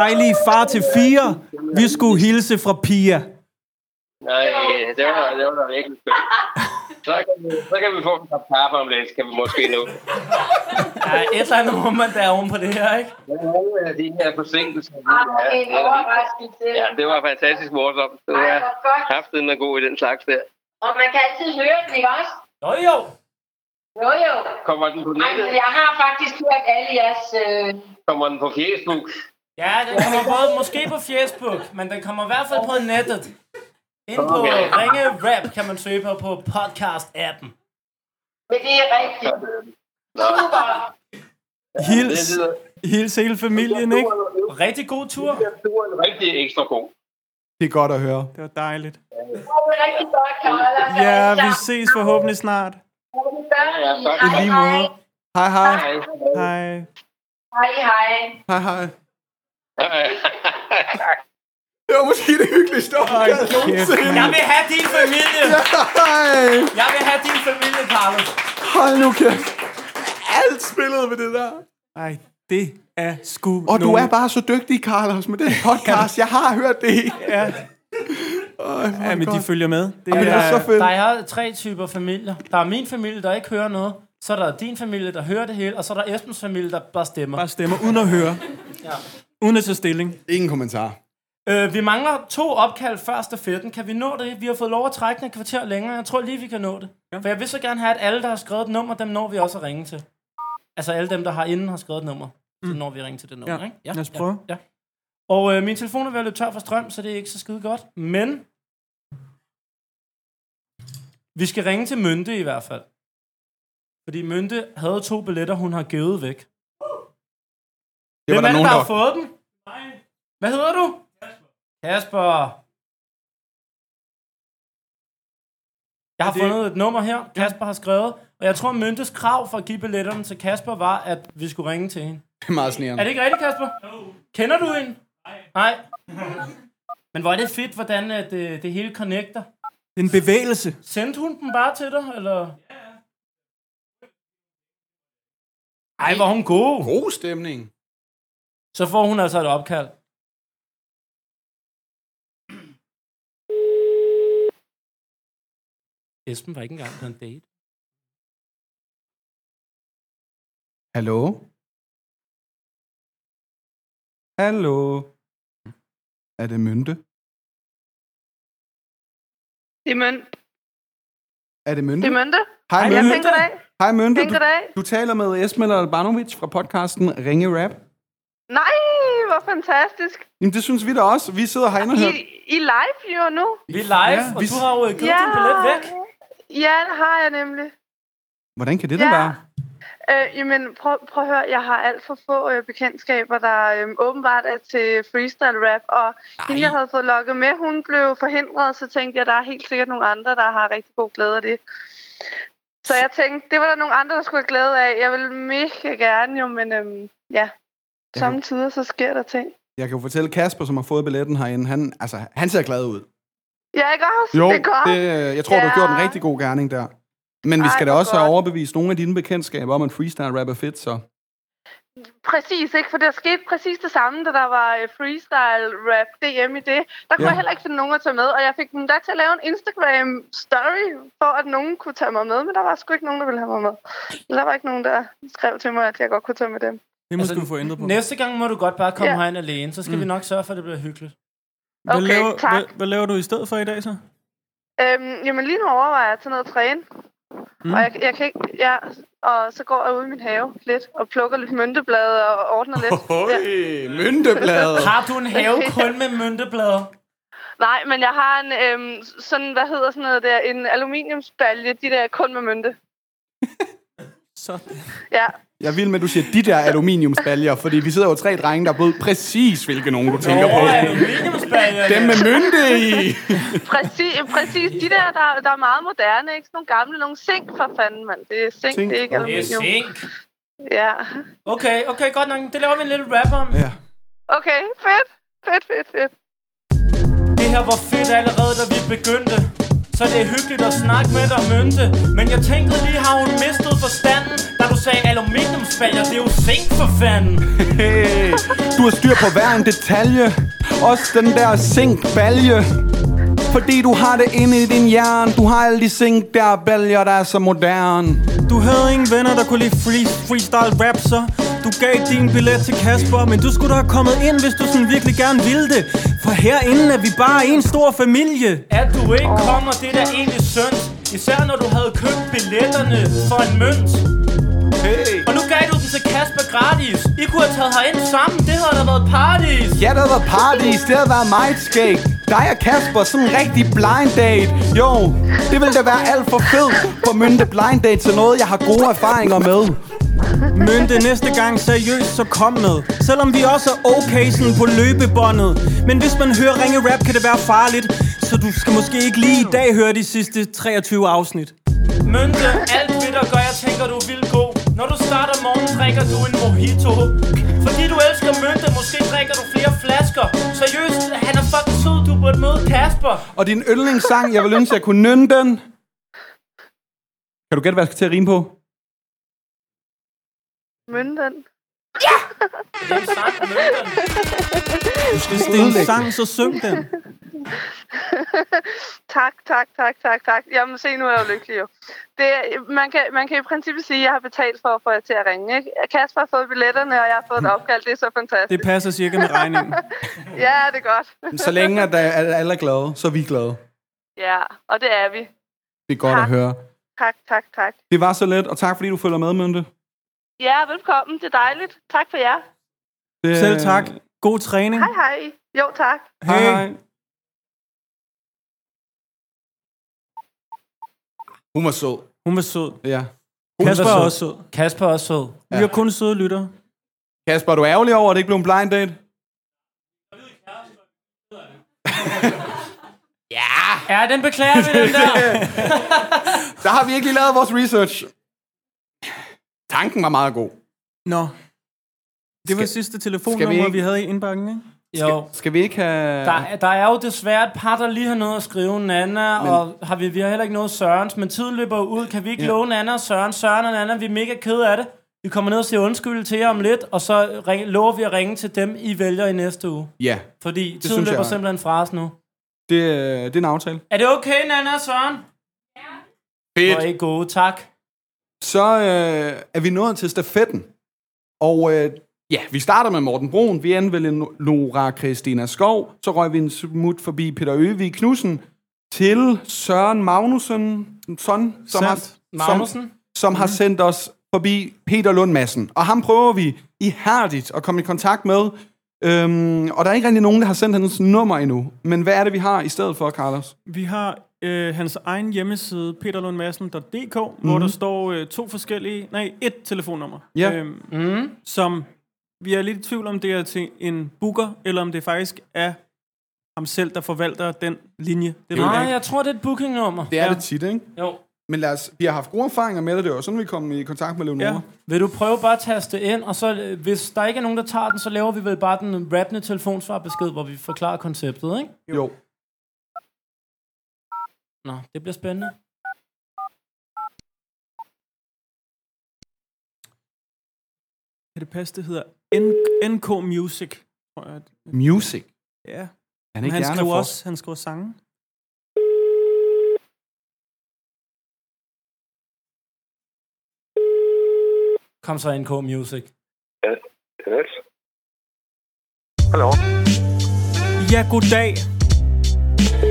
dejlige far til fire Vi skulle hilse fra Pia
nej, øh, det var, det var da virkelig skønt. Så kan, vi, så kan vi få en kop kaffe om lidt, kan vi måske nu.
Der er et eller andet moment, der er oven på det her, ikke?
Hvad er de her forsinkelser?
Ej, hvor er det Ah, en
Ja, det var-
overraskelse.
Ja, det var fantastisk morsomt. Det
Ej,
var
hvor godt.
kraftigt god i den slags der.
Og man kan altid høre den, ikke også?
Jo, jo.
Jo, jo.
Kommer den på
Altså,
nettet?
jeg har faktisk hørt alle jeres... Øh,
Kommer den på Facebook?
Ja, den kommer både måske på Facebook, men den kommer i hvert fald på nettet. Ind på
Okay.
Ringe Rap kan man søge på på podcast-appen.
men det er rigtigt. Super.
Det
Hils,
lyder-
hils hele familien, ikke?
Rigtig god tur.
Det var en rigtig ekstra god.
Det er godt at høre.
Det var dejligt
Det er rigtig godt, Altså, Karla.
Ja, vi ses forhåbentlig snart
Ja, tak.
I lige måde.
Hej, hej.
Hej.
Hej
Hej, hej.
Hej, hej.
Hej.
Det var måske det hyggeligste opkald nogensinde.
Jeg vil have din familie.
Hej.
Jeg vil have din familie, Carlos.
Hold nu kæft. Alt spillede med det der.
Ej, det er sgu
Og du
nogle-
er bare så dygtig, Carlos, med den podcast. Jeg har hørt det.
Ja,
Øj, hvor er
ja
det
men de
godt.
følger med Det
Men det er så
er,
fedt.
Der er tre typer familier. Der er min familie, der ikke hører noget. Så er der din familie, der hører det hele. Og så er der Esbens familie, der bare stemmer.
bare stemmer uden at høre Uden at tage stilling
Ingen kommentar.
Øh, vi mangler to opkald før stafetten. Kan vi nå det? Vi har fået lov at trække den et kvarter længere. Jeg tror lige, vi kan nå det. Ja. For jeg vil så gerne have, at alle, der har skrevet et nummer, dem når vi også at ringe til. Altså alle dem, der har inden har skrevet et nummer. Så når vi at ringe til det nummer,
Mm. Ja.
ikke?
Lad os prøve.
Ja. Og øh, min telefon er ved at løbe tør for strøm, så det er ikke så skide godt. Men... Vi skal ringe til Mynte i hvert fald. Fordi Mynte havde to billetter, hun har givet væk.
Det var
Hvem
der
er det,
nogen,
der
der...
har fået dem? Nej. Hvad hedder du? Kasper. Kasper. Jeg har
det-
fundet et nummer her, Kasper har skrevet, og jeg tror, Myntes krav for at give billetterne til Kasper var, at vi skulle ringe til hende.
Det er meget snerende.
Er det ikke rigtigt, Kasper? No. Kender du hende? Nej. Nej. Men hvor er det fedt, hvordan at, øh, det hele connecter.
Det er en bevægelse
Sendte hun dem bare til dig, eller? Ja. Ej, hvor er hun god.
God stemning.
Så får hun altså et opkald. Esben var ikke engang på en date.
Hallo? Hallo. Er det mynte?
Det er mønt.
Er det mynte?
Det er mønte.
Hej,
Jeg
Mynte.
tænker det af.
Hej, Mynte.
Tænker
Du,
dig.
du taler med Esmel Albanovic fra podcasten Ringe Rap.
Nej, hvor fantastisk.
Jamen, det synes vi da også. Vi sidder herinde og
I,
hører...
I live jo nu.
Vi er live, ja, og
vi-
du har jo øh, købt ja. din billet væk.
Ja, det har jeg nemlig.
Hvordan kan det da
Ja.
være?
Øh, jamen, prøv, prøv at høre, jeg har alt for få øh, bekendtskaber, der øh, åbenbart er til freestyle rap, og Ej. hende, jeg havde fået lokket med, hun blev forhindret, så tænkte jeg, der er helt sikkert nogle andre, der har rigtig god glæde af det. Så jeg tænkte, det var der nogle andre, der skulle have glæde af. Jeg ville mega gerne jo, men øhm, ja, samtidig så sker der ting.
Jeg kan jo fortælle Kasper, som har fået billetten herinde, han, altså, han ser glad ud.
Ja, ikke også?
Jo,
det er godt.
det, øh, jeg tror, ja. du har gjort en rigtig god gerning der. Men vi
Ej,
skal da
hvor
også have
godt.
overbevist nogle af dine bekendtskaber om, at freestyle rap er fedt, så...
Præcis, ikke? For der skete præcis det samme, da der var øh, freestyle rap DM i det. Der kunne
Ja.
jeg heller ikke finde nogen at tage med, og jeg fik dem der til at lave en Instagram story, for at nogen kunne tage mig med, men der var sgu ikke nogen, der ville have mig med. Der var ikke nogen, der skrev til mig, at jeg godt kunne tage med dem.
Det må altså, du få ændret på.
Næste gang må du godt bare komme
Ja.
herind alene, så skal vi nok sørge for, at det bliver hyggeligt.
Hvad
Okay,
laver,
tak.
Hvad, hvad laver du i stedet for i dag så?
Øhm, jamen lige nu overvejer jeg at tage ned og træne.
Mm.
Mm. Og jeg, jeg kan ikke, ja, og så går jeg ud i min have lidt, og plukker lidt mynteblade og ordner
*laughs*
lidt. Ja.
Hey, myntebladet!
Har du en have kun med mynteblade?
Nej, men jeg har en, øhm, sådan, hvad hedder sådan noget der, en aluminiumsbalje, de der kun med mynte.
Sådan.
Ja,
Jeg vil med, at du siger de der aluminiumsbaljer, fordi vi sidder jo tre drenge, der ved præcis, hvilke nogen du tænker på.
Åh, aluminiumsbaljer.
Dem med mynte i!
præcis, præcis de der, der, der er meget moderne, ikke? Sådan nogle gamle, nogle sink for fanden, mand. Det er sink,
Zink.
det er ikke
Det er
aluminium.
sink.
Ja.
Okay, okay, godt nok. Det laver vi en lille rap om.
Ja.
Okay, fedt. Fedt, fedt, fedt.
Det her var fedt allerede, da vi begyndte. Så det er hyggeligt at snakke med dig, Mønte. Men jeg tænkte lige, har hun mistet forstanden, da du sagde aluminiumsbaljer? Det er jo sink for fanden.
Hey, du har styr på hver en detalje Også den der zinkbalje Fordi du har det inde i din hjerne Du har alle de zink der baljer, der er så moderne
Du havde ingen venner, der kunne lide free, freestyle rap, så du gav din billet til Kasper, men du skulle da have kommet ind, hvis du sådan virkelig gerne ville det. For herinde er vi bare en stor familie.
At du ikke kommer, det er da egentlig synd. Især når du havde købt billetterne for en mønt.
Hey
Og nu gav du den til Kasper gratis. I kunne have taget herind sammen. Det havde da været parties.
Ja, der har været party, det har været meget skæg Dig og Kasper, sådan en rigtig blind date Jo, det ville da være alt for fedt For mynte blind date til noget, jeg har gode erfaringer med
Mønte næste gang seriøst, så kom med. Selvom vi også er okay sådan på løbebåndet. Men hvis man hører ringe rap, kan det være farligt. Så du skal måske ikke lige i dag høre de sidste 23 afsnit.
Mønte, alt fedt og gør, jeg tænker, du vil gå. Når du starter morgen, drikker du en mojito. Fordi du elsker mønte, måske drikker du flere flasker. Seriøst, han er fucking sød, du burde møde Kasper.
Og din yndlingssang, jeg vil ønske, jeg kunne nynne den Kan du gætte, hvad jeg skal til at rime på?
Mynten.
Det er en sang, mønten.
Hvis det er en sang, så syng den.
*laughs* Tak, tak, tak, tak, tak. Jamen se, nu er jeg jo lykkelig jo. Det, er- man, kan, man kan i princippet sige, at jeg har betalt for at få jer til at ringe. Ikke? Kasper har fået billetterne, og jeg har fået et opkald. Det er så
Det
fantastisk.
passer cirka med regningen.
Ja, det er godt.
Så længe at der- at alle er glade, så er vi glade.
Ja, og det er vi.
Det er godt
Tak.
at høre.
Tak, tak, tak.
Det var så let, og tak fordi du følger med, Mynte.
Ja, velkommen. Det er dejligt. Tak for jer.
Det, øh,
Selv tak. God træning.
Hej, hej. Jo, tak.
Hej, hej. Hun var sød.
Hun var sød.
Ja.
Kasper
var
er
sød.
også sød.
Kasper er sød.
Vi har kun søde lyttere.
Kasper, er du ærgerlig over, at det ikke blev en blind date?
Ja, den beklager vi, den der.
*laughs* Der har vi ikke lige lavet vores research. Tanken var meget god.
Nå. Det var
Skal-
sidste
skal vi
telefonnummer,
ikke-
vi havde i indbakken, ikke?
Jo.
Skal vi ikke have...
Der, er- der er jo desværre et par, der lige har noget at skrive. Nana men... og har vi, vi har heller ikke noget Sørens, men tiden løber jo ud. Kan vi ikke ja. låne Nana og Søren? Søren og Nana, vi er mega kede af det. Vi kommer ned og siger undskyld til jer om lidt, og så ring, lover vi at ringe til dem, I vælger i næste uge.
Ja,
Fordi det tiden
synes
løber
jeg-
simpelthen fra os nu.
det, øh, det er en aftale.
Er det okay, Nana og Søren? Hvor er I gode, tak.
Så øh, er vi nået til stafetten. Og øh, Ja, vi starter med Morten Brun, vi endte vel Nora Christina Skov, så røg vi en smut forbi Peter Øvig Knudsen, til Søren Magnussen, son, som, har,
Sandt.
som,
Magnussen?
som har sendt os forbi Peter Lund Madsen. Og ham prøver vi ihærdigt at komme i kontakt med. Øhm, og der er ikke rigtig nogen, der har sendt hans nummer endnu. Men hvad er det, vi har i stedet for, Carlos?
Vi har øh, hans egen hjemmeside, peterlundmadsen.dk, mm-hmm. hvor der står øh, to forskellige, nej, et telefonnummer.
Mhm. Ja.
Øhm, mm.
Mhm.
Som, vi er lidt i tvivl om, det er til en booker, eller om det faktisk er ham selv, der forvalter den linje. Det ved
Nej,
jeg ikke.
jeg tror, det er et bookingnummer.
Det er ja. det tit, ikke?
Jo.
Men lad os, vi har haft gode erfaringer med det, det var sådan, vi kom i kontakt med Leonora.
Ja.
Ja.
Vil du prøve bare at taste ind, og så øh, hvis der ikke er nogen, der tager den, så laver vi vel bare den rappende telefonsvarbesked, hvor vi forklarer konceptet, ikke?
Jo. jo.
Nå, det bliver spændende.
Kan det passe, det hedder N- NK Music, tror jeg. at-
Music.
Ja.
Er det
Men
ikke
han
gerne
skriver
for?
også, han skriver sange.
Kom så NK Music.
Yes. Hallo.
Ja, goddag.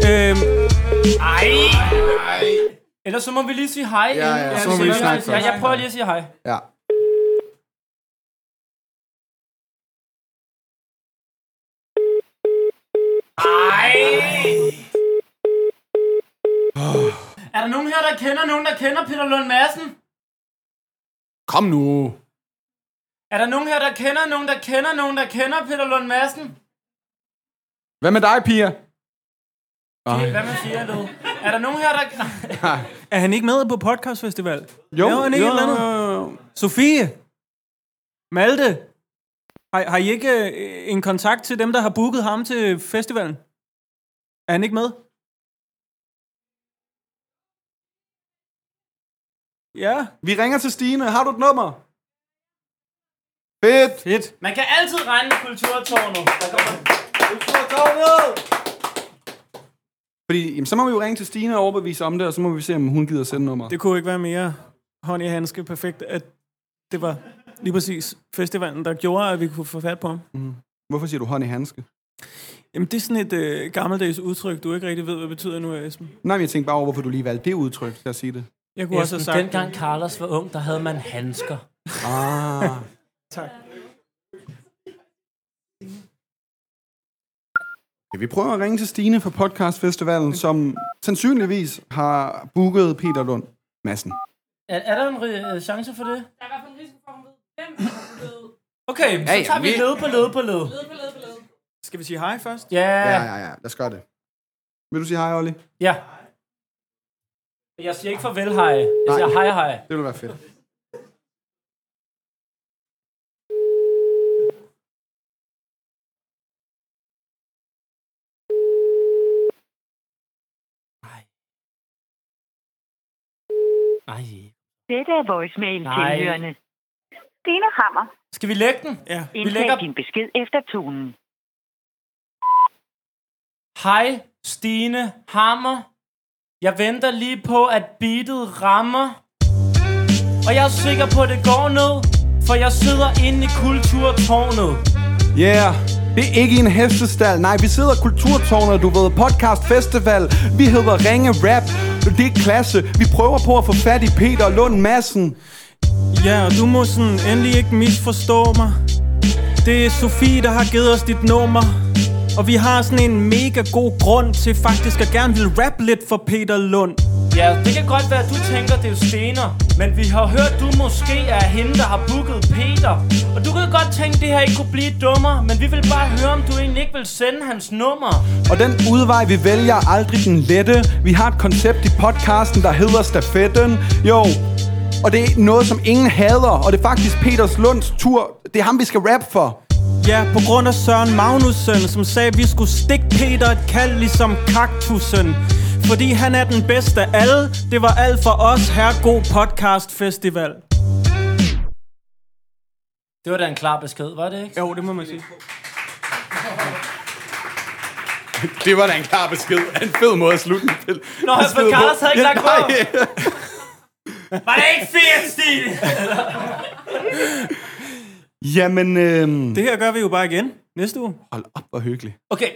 Øhm,
Ellers så må vi lige sige hej.
ja,
inden-
så må vi
siger-
lige snakke
ja,
først.
jeg prøver lige at sige hej.
Ja.
Er der nogen her, der kender nogen, der kender Peter Lund Madsen?
Kom nu.
Er der nogen her, der kender nogen, der kender nogen, der kender Peter Lund Madsen?
Hvad med dig, piger?
Det, hvad man siger nu. Er der nogen her, der...
er han ikke med på podcastfestival?
Jo,
Laver han ikke et eller andet?
jo, jo.
Sofie! Malte! Har, har I ikke øh, en kontakt til dem, der har booket ham til festivalen? Er han ikke med? Ja.
Vi ringer til Stine. Har du et nummer? Fedt.
Fedt.
Man kan altid regne med kulturtårnet. Der kommer...
Fordi, jamen, så må vi jo ringe til Stine og overbevise om det, og så må vi se, om hun gider sende nummer.
Det kunne ikke være mere hånd i handske perfekt, at det var lige præcis festivalen, der gjorde, at vi kunne få fat på ham.
Hvorfor siger du hånd i handske?
Jamen, det er sådan et øh, gammeldags udtryk, du ikke rigtig ved, hvad betyder nu, Esben.
Nej, men jeg tænkte bare over, hvorfor du lige valgte det udtryk til at sige det.
Jeg kunne også have sagt...
Dengang Carlos var ung, der havde man handsker.
Ah.
Tak.
Ja, vi prøver at ringe til Stine fra podcastfestivalen, som sandsynligvis har booket Peter Lund Madsen.
Er, er der en ri- øh, chance for det?
Der er i hvert fald en risiko for, at hun ved, hvem
Okay, så
ja,
tager vi
vi-
led på led på led.
der er blevet
Skal vi sige hej først?
Ja,
ja, ja. Lad os gøre det. Vil du sige hej, Olli?
ja. Jeg siger ikke farvel, hej. Jeg siger hej, hej.
Det ville være fedt.
Ej.
Dette er voicemail
Nej.
tilhørende. Stine Hammer.
Skal vi lægge den?
Ja.
Vi lægger
Indtag din besked efter tonen.
Hej, Stine Hammer. Jeg venter lige på, at beatet rammer. Og jeg er sikker på, at det går ned, for jeg sidder inde i kulturtårnet.
Yeah, det er ikke en hestestal. Nej, vi sidder i kulturtårnet, du ved, podcast festival. Vi hedder Ringe Rap. Det er klasse. Vi prøver på at få fat i Peter Lund Madsen.
Ja, og du må sådan endelig ikke misforstå mig. Det er Sofie, der har givet os dit nummer. Og vi har sådan en mega god grund til faktisk at gerne vil rappe lidt for Peter Lund.
Ja, det kan godt være, at du tænker, det er stener. Men vi har hørt, du måske er hende, der har booket Peter. Og du kan godt tænke, det her ikke kunne blive dummere. Men vi vil bare høre, om du egentlig ikke vil sende hans nummer.
Og den udvej, vi vælger, er aldrig den lette. Vi har et koncept i podcasten, der hedder Stafetten. Jo, og det er noget, som ingen hader. Og det er faktisk Peters Lunds tur. Det er ham, vi skal rap for.
Ja, på grund af Søren Magnussen, som sagde, at vi skulle stikke Peter et kald ligesom kaktusen. Fordi han er den bedste af alle. Det var alt for os her god podcast festival.
Det var da en klar besked, var det ikke?
Jo, det må man sige.
Det var da en klar besked. En fed måde at slutte den
Nå, for Carlos havde ikke lagt på. Var det ikke fedt, Stine?
*laughs* Jamen, øhm,
Det her gør vi jo bare igen næste uge.
hold op, hvor hyggeligt.
Okay.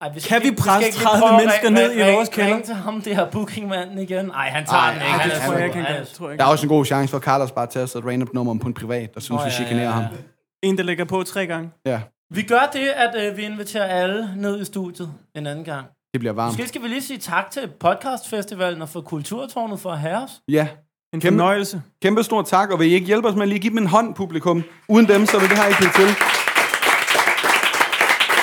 Ej, vi skal
Kan vi
ikke-
presse
skal ikke
30
prøve at
mennesker
ring-
ned
ring-
i
ring-
vores kælder?
ring til ham, det her bookingmanden igen. Nej, han tager
Ej,
den ikke.
ej,
han
det
er
tror jeg
super.
ikke,
han
Han
gør.
er
Det tror Altså, jeg
Der
ikke.
er også en god chance for, at Carlos bare tager sig et random nummer på en privat, og synes,
Nå,
vi
ja,
chikanerer
ja, ja.
ham.
En, der ligger på tre gange.
Ja,
Vi gør det, at øh, vi inviterer alle ned i studiet en anden gang.
det bliver varmt.
Måske skal vi lige sige tak til podcastfestivalen og for Kulturtårnet for at have os.
Ja,
En
Kæmpe-
fornøjelse.
kæmpe stor tak, og vil I ikke hjælpe os med lige at give dem en hånd, publikum? Uden dem, så vil det her ikke blive til.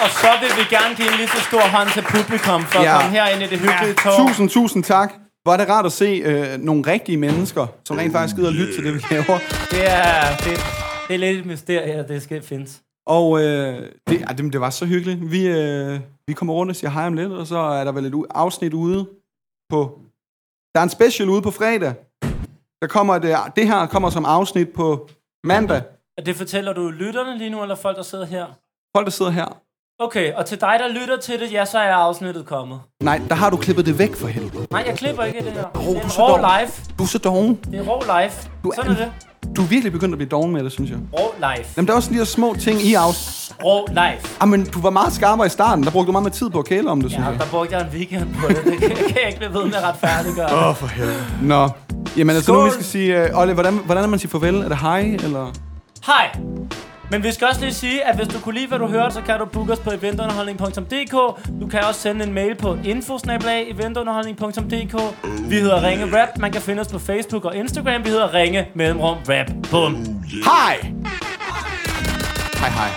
Og så vil vi gerne give en lige så stor hånd til publikum for ja.
Ja.
at komme herind i det hyggelige tog.
Øh, Tusind, tusind tak. Hvor er det rart at se øh, nogle rigtige mennesker, som rent faktisk gider at lytte til det, vi laver.
Det er, det, det er lidt et mysterie, at det skal findes.
Og øh, det, ah, det, det var så hyggeligt. Vi, øh, vi kommer rundt og siger hej om lidt, og så er der vel et u- afsnit ude på... Der er en special ude på fredag. Der kommer det, det her kommer som afsnit på mandag.
Og det fortæller du lytterne lige nu, eller folk, der sidder her?
Folk, der sidder her.
Okay, og til dig, der lytter til det, ja, så er afsnittet kommet.
Nej, der har du klippet det væk for helvede.
Nej, jeg klipper ikke i det her. Det er
du
en
så
rå
dum.
live.
Du er så doven.
Det er rå live.
Du er
Sådan er
en-
det.
Du er virkelig begyndt at blive doven med det, synes jeg.
Rå live.
Jamen, der er også de der små ting i afsnit.
Rå live.
Jamen, du var meget skarpere i starten. Der brugte du meget mere tid på at kæle om det, synes
Ja,
jeg.
der brugte jeg en weekend på det. Det kan- kan jeg ikke blive ved med at retfærdiggøre.
Nå. Jamen, altså nu
Skål.
vi skal sige... Øh, Olle, hvordan, hvordan er man siger farvel? Er det hej, eller...
Hej! Men vi skal også lige sige, at hvis du kunne lide, hvad du hørte, så kan du booke os på eventunderholdning.dk. Du kan også sende en mail på infosnabelag.eventunderholdning.dk. Vi hedder Ringe Rap. Man kan finde os på Facebook og Instagram. Vi hedder Ringe Mellemrum Rap. Bum.
Hej! Hej, hej.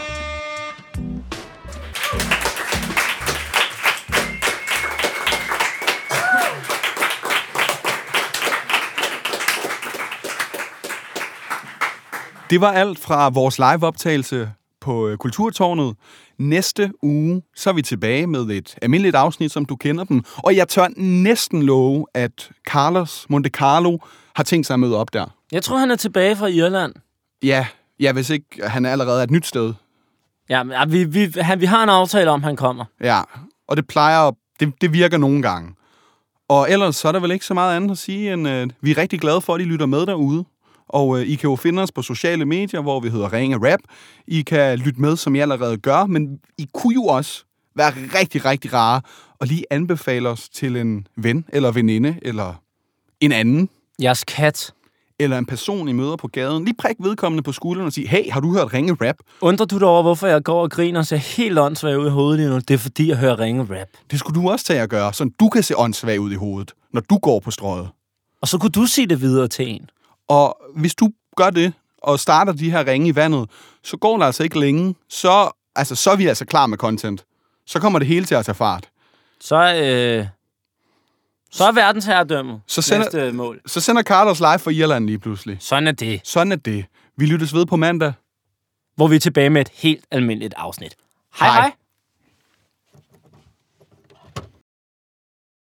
Det var alt fra vores liveoptagelse på øh, Kulturtårnet. Næste uge, så er vi tilbage med et almindeligt afsnit, som du kender dem. Og jeg tør næsten love, at Carlos Monte Carlo har tænkt sig at møde op der.
Jeg tror, han er tilbage fra Irland.
Ja, ja hvis ikke han allerede er et nyt sted.
Ja, men, ja, vi, vi, han, vi har en aftale om, han kommer.
Ja, og det plejer at, det, det virker nogle gange. Og ellers så er der vel ikke så meget andet at sige, end øh, vi er rigtig glade for, at I lytter med derude. Og øh, I kan jo finde os på sociale medier, hvor vi hedder Ringe Rap. I kan lytte med, som I allerede gør, men I kunne jo også være rigtig, rigtig rare og lige anbefale os til en ven eller veninde eller en anden
Jeres kat.
eller en person, I møder på gaden. Lige prik vedkommende på skulderen og sige, hey, har du hørt Ringe Rap?
Undrer du dig over, hvorfor jeg går og griner og ser helt åndssvagt ud i hovedet lige nu? Det er fordi, jeg hører Ringe Rap.
Det skulle du også tage at gøre, så du kan se åndssvag ud i hovedet, når du går på strøget.
Og så kunne du sige det videre til en.
Og hvis du gør det, og starter de her ringe i vandet, så går det altså ikke længe. Så, altså, så er vi altså klar med content. Så kommer det hele til at tage fart.
Så, øh, så er verdensherredømmet
Så sender-
næste mål.
Så sender Carlos live fra Irland lige pludselig.
Sådan er det,
Sådan er det. Vi lyttes ved på mandag.
hvor vi er tilbage med et helt almindeligt afsnit. Hej hej!
Hej.
hej.